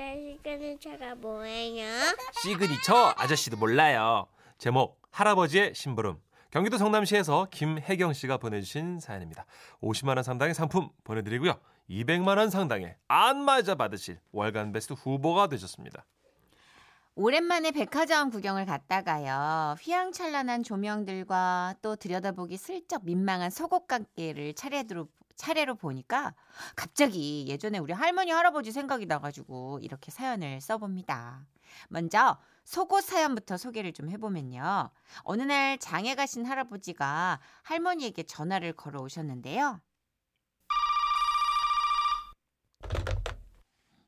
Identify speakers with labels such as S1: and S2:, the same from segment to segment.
S1: 하는 차가 뭐예요?
S2: 시그니처 아저씨도 몰라요. 제목 할아버지의 심부름. 경기도 성남시에서 김혜경 씨가 보내주신 사연입니다. 50만 원 상당의 상품 보내드리고요. 200만 원 상당의 안마자 받으실 월간 베스트 후보가 되셨습니다.
S3: 오랜만에 백화점 구경을 갔다가요. 휘황찬란한 조명들과 또 들여다보기 슬쩍 민망한 속옷 가게를 차례로 차례로 보니까 갑자기 예전에 우리 할머니 할아버지 생각이 나가지고 이렇게 사연을 써봅니다. 먼저 속옷 사연부터 소개를 좀 해보면요. 어느 날 장에 가신 할아버지가 할머니에게 전화를 걸어 오셨는데요.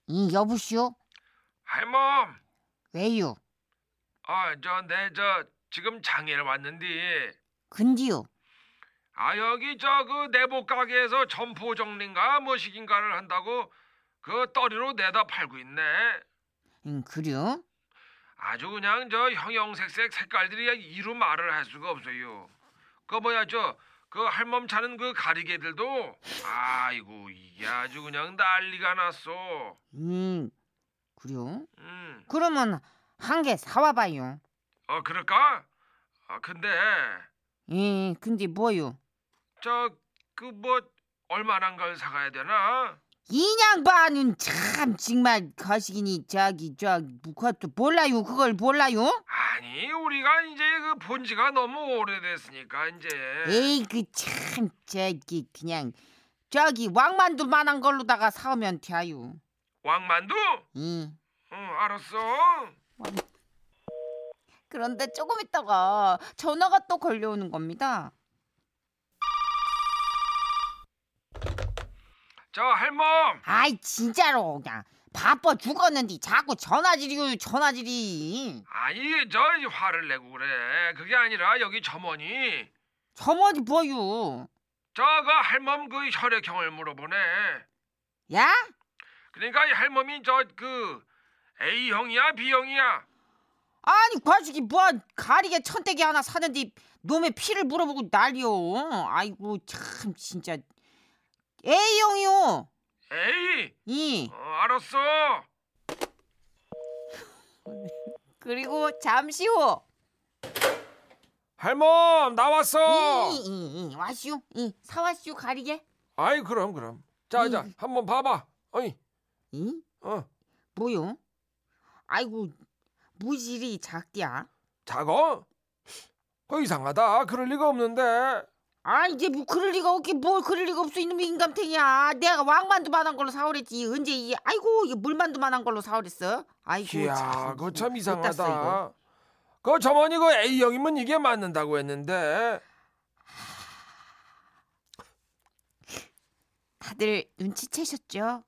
S3: 이 여보시오
S4: 할멈,
S3: 왜요?
S4: 아, 뭐, 저, 내, 저, 지금 장애를 왔는데,
S3: 근디요.
S4: 아, 여기, 저, 그, 내복 가게에서 점포 정리인가, 뭐시긴가를 한다고, 그, 떠리로 내다 팔고 있네.
S3: 음, 그래요?
S4: 아주 그냥, 저, 형형색색 색깔들이 이루 말을 할 수가 없어요. 그, 뭐야, 저, 그, 할멈 차는 그 가리개들도, 아이고, 이게 아주 그냥 난리가 났어.
S3: 음, 그래요?
S4: 음,
S3: 그러면 한 개 사와봐요.
S4: 어, 그럴까? 아, 근데,
S3: 예, 근데 뭐요?
S4: 저, 그, 뭐, 얼마나 걸 사가야 되나?
S3: 이양반은 참 정말 가시기니 자기 저 그것도 몰라요. 그걸 몰라요?
S4: 아니 우리가 이제 그 본지가 너무 오래됐으니까 이제
S3: 에이 그 참 저기 그냥 저기 왕만두만한 걸로다가 사오면 돼요.
S4: 왕만두?
S3: 예.
S4: 응 알았어.
S3: 그런데 조금 있다가 전화가 또 걸려오는 겁니다.
S4: 저 할멈
S3: 아이 진짜로 그냥 바빠 죽었는데 자꾸 전화질이요 전화질이.
S4: 아니 저 화를 내고 그래 그게 아니라 여기 점원이
S3: 저머리 뭐요?
S4: 저그 할멈 그 혈액형을 물어보네.
S3: 야?
S4: 그러니까 이 할멈이 저 그 A형이야 B형이야.
S3: 아니 과식이 뭐 가리개 천대기 하나 사는데 놈의 피를 물어보고 난리요. 아이고 참 진짜 A형이요.
S4: A.
S3: 이
S4: 어, 알았어.
S3: 그리고 잠시 후.
S2: 할멈 나왔어.
S3: 음. 이이이 와시오. 이 사와시오 가리개.
S2: 아이 그럼 그럼. 자자
S3: 음.
S2: 한번 봐봐. 어이
S3: 이
S2: 어
S3: 뭐요? 아이고 무질이 작디야.
S2: 작어? 그 이상하다. 그럴 리가 없는데.
S3: 아 이제 뭐 그럴 리가 없게 뭘 그럴 리가 없어 이놈의 인감탱이야. 내가 왕만두만한 걸로 사오랬지. 언제 이 아이고 이게 물만두만한 걸로 사오랬어. 아이고
S2: 이야 그거 참
S3: 못 땄어, 이거.
S2: 이상하다. 그 점원이 그 A형이면 이게 맞는다고 했는데.
S3: 다들 눈치채셨죠?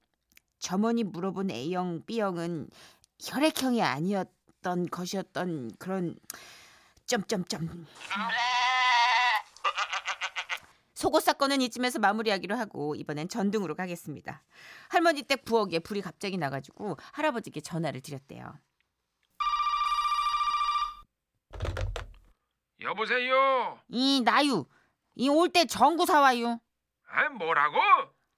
S3: 점원이 물어본 A형, B형은 혈액형이 아니었던 것이었던 그런 점점점. 속옷 사건은 이쯤에서 마무리하기로 하고 이번엔 전등으로 가겠습니다. 할머니 댁 부엌에 불이 갑자기 나가지고 할아버지께 전화를 드렸대요.
S4: 여보세요.
S3: 이 나유, 이 올 때 전구 사와요.
S4: 아 뭐라고?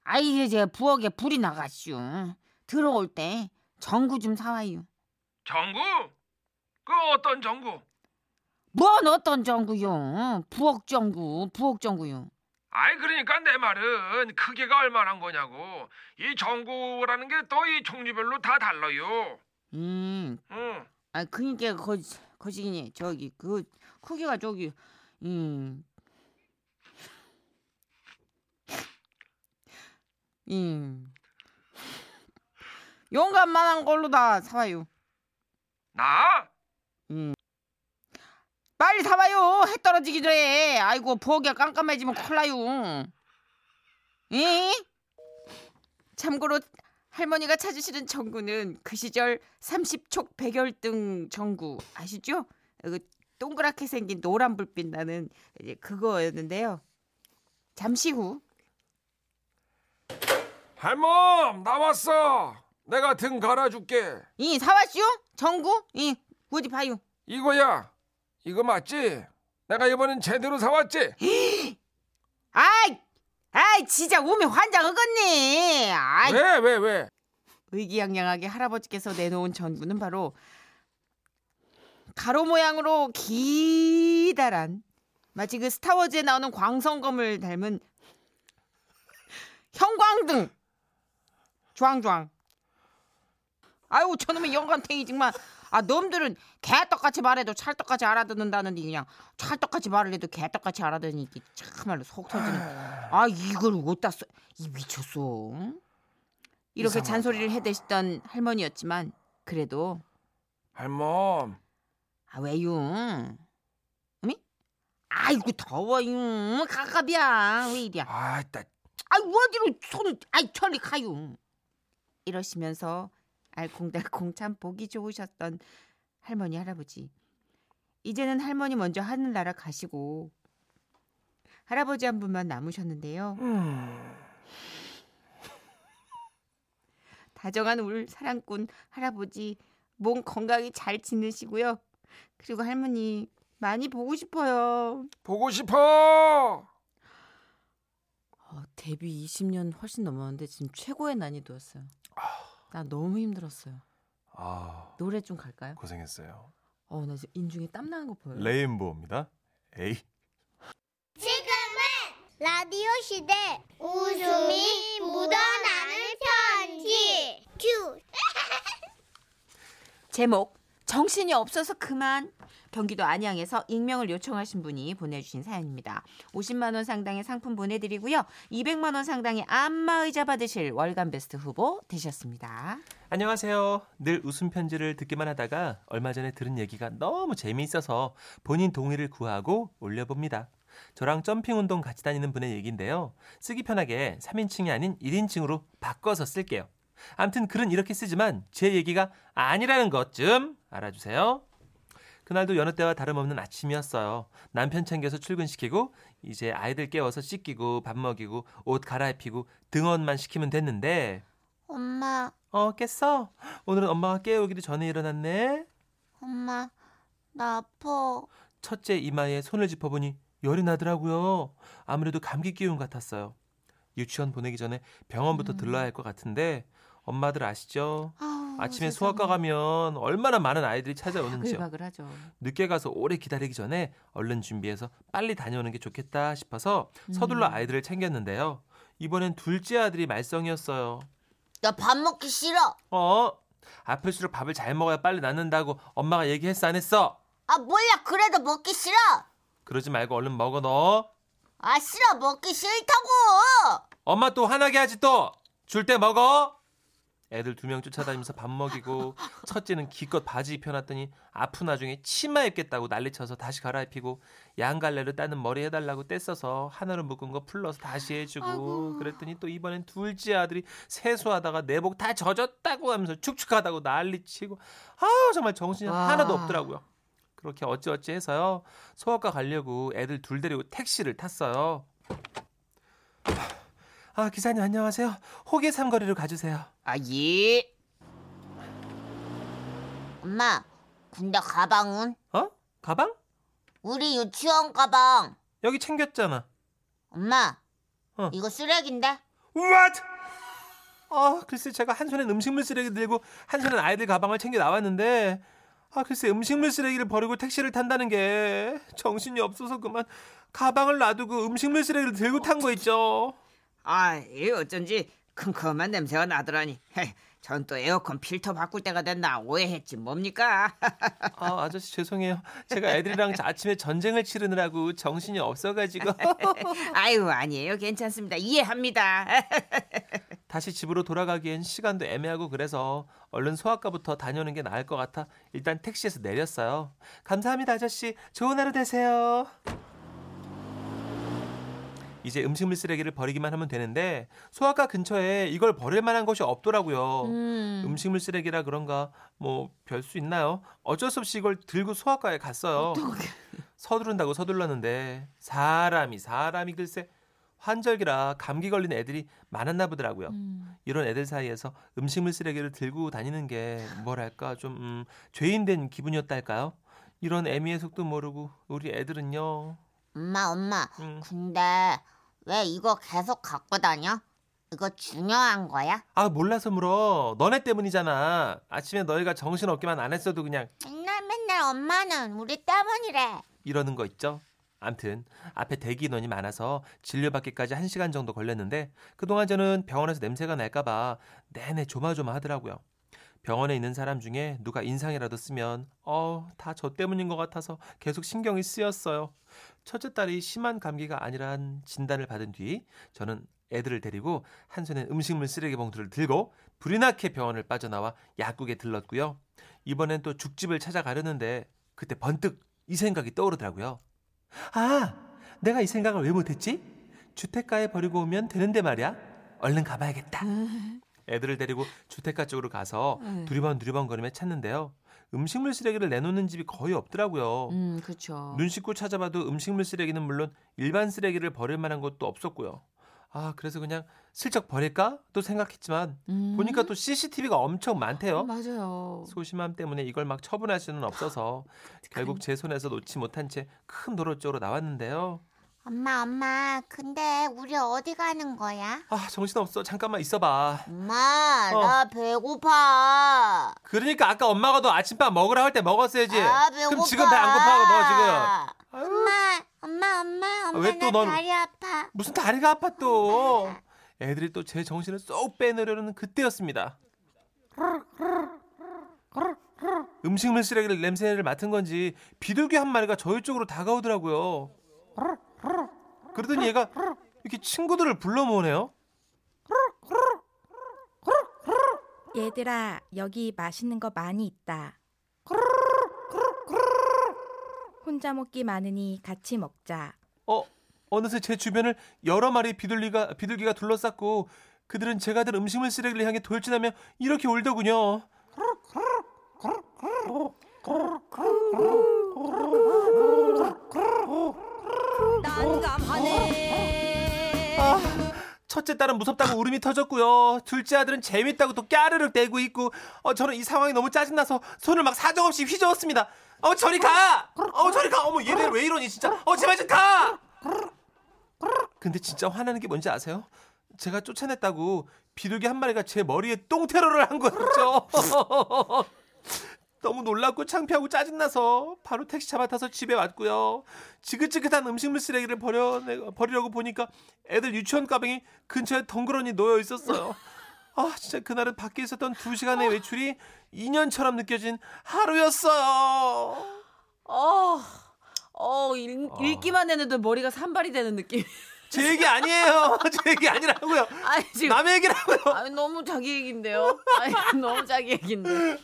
S3: 아이 이제 부엌에 불이 나갔슈. 들어올 때 전구 좀 사와요.
S4: 정구? 그 어떤 정구?
S3: 뭔 어떤 뭐 전구요? 부엌 전구, 부엌 전구요.
S4: 아이 그러니까 내 말은 크기가 얼마나 거냐고 이 전구라는 게 또 이 종류별로 다 달라요.
S3: 음,
S4: 응.
S3: 아 그니까 거 거시기니 저기 그 크기가 저기 음, 음, 용감만한 걸로 다 사와요.
S4: 나?
S3: 빨리 사와요. 해 떨어지기 전에. 아이고 부엌이 깜깜해지면 콜라요. 에? 참고로 할머니가 찾으시는 전구는 그 시절 30촉 백열등 전구 아시죠? 그 동그랗게 생긴 노란 불빛 나는 이제 그거였는데요. 잠시 후
S2: 할멈 나왔어. 내가 등 갈아줄게.
S3: 이 사왔슈? 전구? 이 어디 봐요.
S2: 이거야. 이거 맞지? 내가 이번엔 제대로 사왔지?
S3: 아이, 아이 진짜 오면 환장하겠네. 아이,
S2: 왜 왜 왜, 왜?
S3: 의기양양하게 할아버지께서 내놓은 전구는 바로 가로 모양으로 기다란 마치 그 스타워즈에 나오는 광선검을 닮은 형광등 주황주황 아유 저놈의 영감탱이 정말 아 놈들은 개떡같이 말해도 찰떡같이 알아듣는다는데 그냥 찰떡같이 말을 해도 개떡같이 알아듣니 이게 참말로 속 터지는 아 이걸 어디다 써이 미쳤어 응? 이렇게
S4: 이상하다.
S3: 잔소리를 해대시던 할머니였지만 그래도
S4: 할멈
S3: 아 왜요? 어미? 아이고 더워요. 가갑이야. 왜 이리야?
S4: 아따
S3: 아이 어디로 손을? 아이 천리 가요. 이러시면서 알콩달콩 참 보기 좋으셨던 할머니 할아버지. 이제는 할머니 먼저 하늘나라 가시고 할아버지 한 분만 남으셨는데요.
S2: 음.
S3: 다정한 울 사랑꾼 할아버지 몸 건강히 잘 지내시고요. 그리고 할머니 많이 보고 싶어요.
S4: 보고 싶어
S5: 어, 데뷔 20년 훨씬 넘었는데 지금 최고의 난이도였어요.
S3: 아.
S5: 나 너무 힘들었어요.
S2: 아
S5: 노래 좀 갈까요?
S2: 고생했어요.
S5: 어, 나 지금 인중에 땀 나는 거 보여요.
S2: 레인보우입니다. 에이.
S1: 지금은 라디오 시대 웃음이 묻어나는 편지 큐
S3: 제목 정신이 없어서 그만 경기도 안양에서 익명을 요청하신 분이 보내주신 사연입니다. 50만 원 상당의 상품 보내드리고요. 200만 원 상당의 안마의자 받으실 월간 베스트 후보 되셨습니다.
S2: 안녕하세요. 늘 웃음 편지를 듣기만 하다가 얼마 전에 들은 얘기가 너무 재미있어서 본인 동의를 구하고 올려봅니다. 저랑 점핑 운동 같이 다니는 분의 얘기인데요. 쓰기 편하게 3인칭이 아닌 1인칭으로 바꿔서 쓸게요. 암튼 글은 이렇게 쓰지만 제 얘기가 아니라는 것 좀 알아주세요. 그날도 여느 때와 다름없는 아침이었어요. 남편 챙겨서 출근시키고 이제 아이들 깨워서 씻기고 밥 먹이고 옷 갈아입히고 등원만 시키면 됐는데
S1: 엄마
S2: 어, 깼어? 오늘은 엄마가 깨우기도 전에 일어났네.
S1: 엄마 나 아파
S2: 첫째 이마에 손을 짚어보니 열이 나더라고요. 아무래도 감기 기운 같았어요. 유치원 보내기 전에 병원부터 들러야 할 것 같은데 엄마들 아시죠?
S1: 아우,
S2: 아침에 수학과 가면 얼마나 많은 아이들이 찾아오는지요.
S3: 글박을 하죠.
S2: 늦게 가서 오래 기다리기 전에 얼른 준비해서 빨리 다녀오는 게 좋겠다 싶어서 서둘러 아이들을 챙겼는데요. 이번엔 둘째 아들이 말썽이었어요.
S1: 나 밥 먹기 싫어
S2: 어? 아플수록 밥을 잘 먹어야 빨리 낫는다고 엄마가 얘기했어 안 했어?
S1: 아 몰라 그래도 먹기 싫어
S2: 그러지 말고 얼른 먹어 너.
S1: 아 싫어 먹기 싫다고
S2: 엄마 또 화나게 하지 또. 줄 때 먹어. 애들 두 명 쫓아다니면서 밥 먹이고 첫째는 기껏 바지 입혀놨더니 아픈 와중에 치마 입겠다고 난리쳐서 다시 갈아입히고 양갈래로 따는 머리 해달라고 떼써서 하나로 묶은 거 풀러서 다시 해주고 그랬더니 또 이번엔 둘째 아들이 세수하다가 내복 다 젖었다고 하면서 축축하다고 난리치고 아 정말 정신이
S3: 와.
S2: 하나도 없더라고요. 그렇게 어찌어찌 해서요 소아과 가려고 애들 둘 데리고 택시를 탔어요. 아 기사님 안녕하세요. 호계 삼거리로 가주세요.
S3: 아 예.
S1: 엄마 근데 가방은
S2: 어? 가방?
S1: 우리 유치원 가방
S2: 여기 챙겼잖아.
S1: 엄마
S2: 어.
S1: 이거 쓰레기인데
S2: What? 아 글쎄 제가 한 손엔 음식물 쓰레기 들고 한 손엔 아이들 가방을 챙겨 나왔는데 아 글쎄 음식물 쓰레기를 버리고 택시를 탄다는 게 정신이 없어서 그만 가방을 놔두고 음식물 쓰레기를 들고 탄 거 있죠.
S3: 아, 이 어쩐지 큼큼한 냄새가 나더라니. 전 또 에어컨 필터 바꿀 때가 됐나 오해했지 뭡니까?
S2: 아 아저씨 죄송해요. 제가 애들이랑 아침에 전쟁을 치르느라고 정신이 없어가지고
S3: 아유 아니에요 괜찮습니다 이해합니다.
S2: 다시 집으로 돌아가기엔 시간도 애매하고 그래서 얼른 소아과부터 다녀오는 게 나을 것 같아 일단 택시에서 내렸어요. 감사합니다 아저씨. 좋은 하루 되세요. 이제 음식물 쓰레기를 버리기만 하면 되는데 소아과 근처에 이걸 버릴 만한 곳이 없더라고요. 음. 식물 쓰레기라 그런가 뭐 별 수 있나요? 어쩔 수 없이 이걸 들고 소아과에 갔어요. 서두른다고 서둘렀는데 사람이 사람이 글쎄 환절기라 감기 걸린 애들이 많았나 보더라고요. 이런 애들 사이에서 음식물 쓰레기를 들고 다니는 게 뭐랄까 좀 음, 죄인된 기분이었달까요? 이런 애미의 속도 모르고 우리 애들은요.
S1: 엄마 엄마
S2: 음.
S1: 근데 왜 이거 계속 갖고 다녀? 이거 중요한 거야?
S2: 아 몰라서 물어. 너네 때문이잖아. 아침에 너희가 정신 없기만 안 했어도 그냥
S1: 맨날 맨날 엄마는 우리 때문이래.
S2: 이러는 거 있죠. 암튼 앞에 대기 인원이 많아서 진료받기까지 1시간 정도 걸렸는데 그동안 저는 병원에서 냄새가 날까 봐 내내 조마조마하더라고요. 병원에 있는 사람 중에 누가 인상이라도 쓰면 어 다 저 때문인 것 같아서 계속 신경이 쓰였어요. 첫째 딸이 심한 감기가 아니란 진단을 받은 뒤 저는 애들을 데리고 한 손에 음식물 쓰레기 봉투를 들고 불이 나게 병원을 빠져나와 약국에 들렀고요. 이번엔 또 죽집을 찾아가려는데 그때 번뜩 이 생각이 떠오르더라고요. 아, 내가 이 생각을 왜 못했지? 주택가에 버리고 오면 되는데 말이야. 얼른 가봐야겠다.
S3: 음.
S2: 애들을 데리고 주택가 쪽으로 가서
S3: 네.
S2: 두리번 두리번 거리며 찾는데요. 음식물 쓰레기를 내놓는 집이 거의 없더라고요.
S3: 음, 그렇죠.
S2: 눈 씻고 찾아봐도 음식물 쓰레기는 물론 일반 쓰레기를 버릴 만한 것도 없었고요. 아, 그래서 그냥 슬쩍 버릴까? 또 생각했지만
S3: 음.
S2: 보니까 또 CCTV가 엄청 많대요.
S1: 어.
S3: 맞아요.
S2: 소심함 때문에 이걸 막 처분할 수는 없어서
S1: 아,
S2: 결국 제 손에서 놓지 못한 채 큰 도로 쪽으로 나왔는데요.
S1: 엄마, 엄마, 근데 우리 어디 가는 거야?
S2: 아 정신없어 잠깐만 있어봐.
S1: 엄마,
S2: 어.
S1: 나 배고파.
S2: 그러니까 아까 엄마가 너 아침밥 먹으라 할 때 먹었어야지.
S1: 아, 배고파.
S2: 그럼 지금 배 안 고파하고 너 지금. 아유,
S1: 엄마, 엄마, 엄마, 엄마,
S2: 왜
S1: 나
S2: 또 넌-
S1: 다리 아파.
S2: 무슨 다리가 아파 또. 애들이 또 제 정신을 쏙 빼내려는 그때였습니다. 음식물 쓰레기를 냄새를 맡은 건지 비둘기 한 마리가 저희 쪽으로 다가오더라고요. 그러더니 얘가 이렇게 친구들을 불러 모으네요.
S6: 얘들아, 여기 맛있는 거 많이 있다. 혼자 먹기 많으니 같이 먹자.
S2: 어 어느새 제 주변을 여러 마리 비둘기가 비둘기가 둘러쌌고 그들은 제가 들 음식물 쓰레기를 향해 돌진하며 이렇게 울더군요. 아, 첫째 딸은 무섭다고 울음이 터졌고요. 둘째 아들은 재밌다고 또 까르륵 대고 있고, 어, 저는 이 상황이 너무 짜증나서 손을 막 사정없이 휘저었습니다. 어, 저리 가! 어, 저리 가! 어머, 얘네 왜 이러니, 진짜. 어, 제발 좀 가! 근데 진짜 화나는 게 뭔지 아세요? 제가 쫓아냈다고 비둘기 한 마리가 제 머리에 똥테러를 한 거였죠. 너무 놀랍고 창피하고 짜증나서 바로 택시 잡아 타서 집에 왔고요. 지긋지긋한 음식물 쓰레기를 버려 버리려고 보니까 애들 유치원 가방이 근처에 덩그러니 놓여 있었어요. 아 진짜 그날은 밖에 있었던 두 시간의 외출이 2년처럼 느껴진 하루였어요.
S3: 어, 어, 읽,
S2: 어.
S3: 읽기만 해도 머리가 산발이 되는 느낌.
S2: 제 얘기 아니에요. 제 얘기 아니라고요.
S3: 아니 지금
S2: 남의 얘기라고요.
S3: 아니, 너무 자기 얘긴데요. 아니, 너무 자기 얘긴데.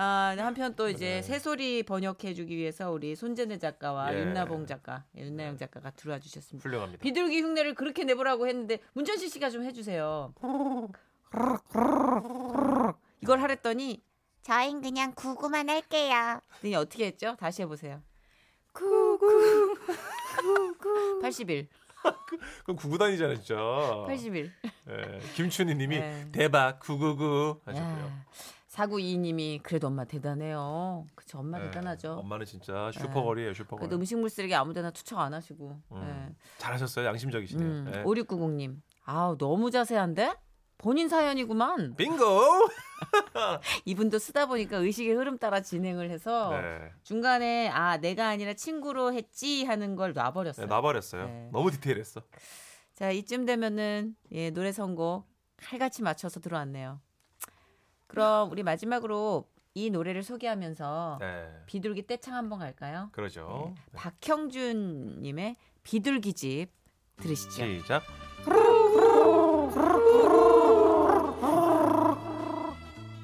S3: 아, 한편 또 이제 새소리 번역해 주기 위해서 우리 손재네 작가와
S2: 네. 예.
S3: 윤나봉 작가, 윤나영 작가가 들어와 주셨습니다.
S2: 훌륭합니다.
S3: 비둘기 흉내를 그렇게 내보라고 했는데 문전식 씨가 좀 해주세요. 이걸 하랬더니
S1: 저흰 그냥 구구만 할게요.
S3: 그랬더니 어떻게 했죠? 다시 해보세요.
S6: 구구 구구
S3: 81,
S2: 그럼 구구단이잖아요, 진짜. 예,
S3: 81.
S2: 어. 김춘희님이
S3: 네.
S2: 대박 구구구
S3: 사구이님이 그래도 엄마 대단해요. 그쵸 엄마
S2: 네.
S3: 대단하죠. 예.
S2: 엄마는 진짜 슈퍼걸이에요, 슈퍼걸.
S3: 그래도 음식물 쓰레기 아무데나 투척 안 하시고. 예.
S2: 음, 잘하셨어요, 양심적이시네요.
S3: 음,
S2: 네.
S3: 5690님. 아우, 너무 자세한데? 본인 사연이구만.
S2: 빙고.
S3: 이분도 쓰다 보니까 의식의 흐름 따라 진행을 해서
S2: 네.
S3: 중간에 아, 내가 아니라 친구로 했지 하는 걸
S2: 네,
S3: 놔버렸어요.
S2: 놔버렸어요.
S3: 네.
S2: 너무 디테일했어.
S3: 자, 이쯤 되면은 예, 노래 선곡 칼같이 맞춰서 들어왔네요. 그럼 우리 마지막으로 이 노래를 소개하면서
S2: 네,
S3: 비둘기 떼창 한번 갈까요?
S2: 그러죠.
S3: 박형준 네. 님의 비둘기집 들으시죠.
S2: 시작.